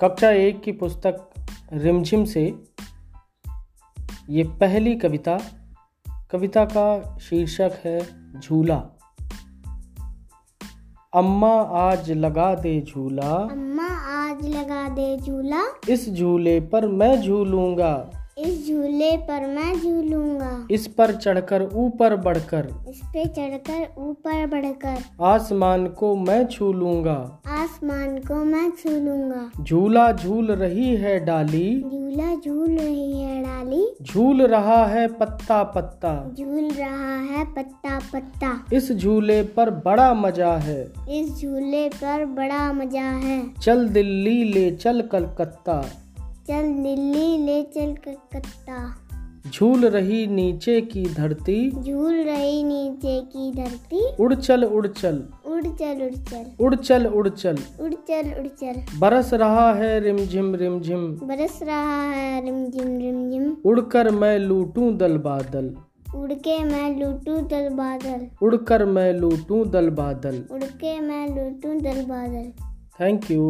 कक्षा एक की पुस्तक रिमझिम से ये पहली कविता कविता का शीर्षक है झूला अम्मा आज लगा दे झूला अम्मा आज लगा दे झूला इस झूले पर मैं झूलूंगा इस झूले पर मैं झूलूंगा इस पर चढ़कर ऊपर बढ़कर इस पे चढ़कर ऊपर बढ़कर आसमान को मैं छू लूंगा आसमान को मैं छू लूंगा झूला झूल रही है डाली झूला झूल रही है डाली झूल रहा है पत्ता पत्ता झूल रहा है पत्ता पत्ता इस झूले पर बड़ा मजा है इस झूले पर बड़ा मजा है चल दिल्ली ले चल कलकत्ता चल दिल्ली ले चल कलकत्ता झूल रही नीचे की धरती झूल रही नीचे की धरती उड़ चल उड़ चल उड़ चल उड़ उड़ चल चल उड़ चल उड़ चल उड़ चल बरस रहा है रिमझिम रिमझिम बरस रहा है रिमझिम रिमझिम उड़कर मैं लूटूं दल बादल उड़ के मैं लूटूं दल बादल उड़कर मैं लूटूं दल बादल उड़ के मैं लूटूं दल बादल थैंक यू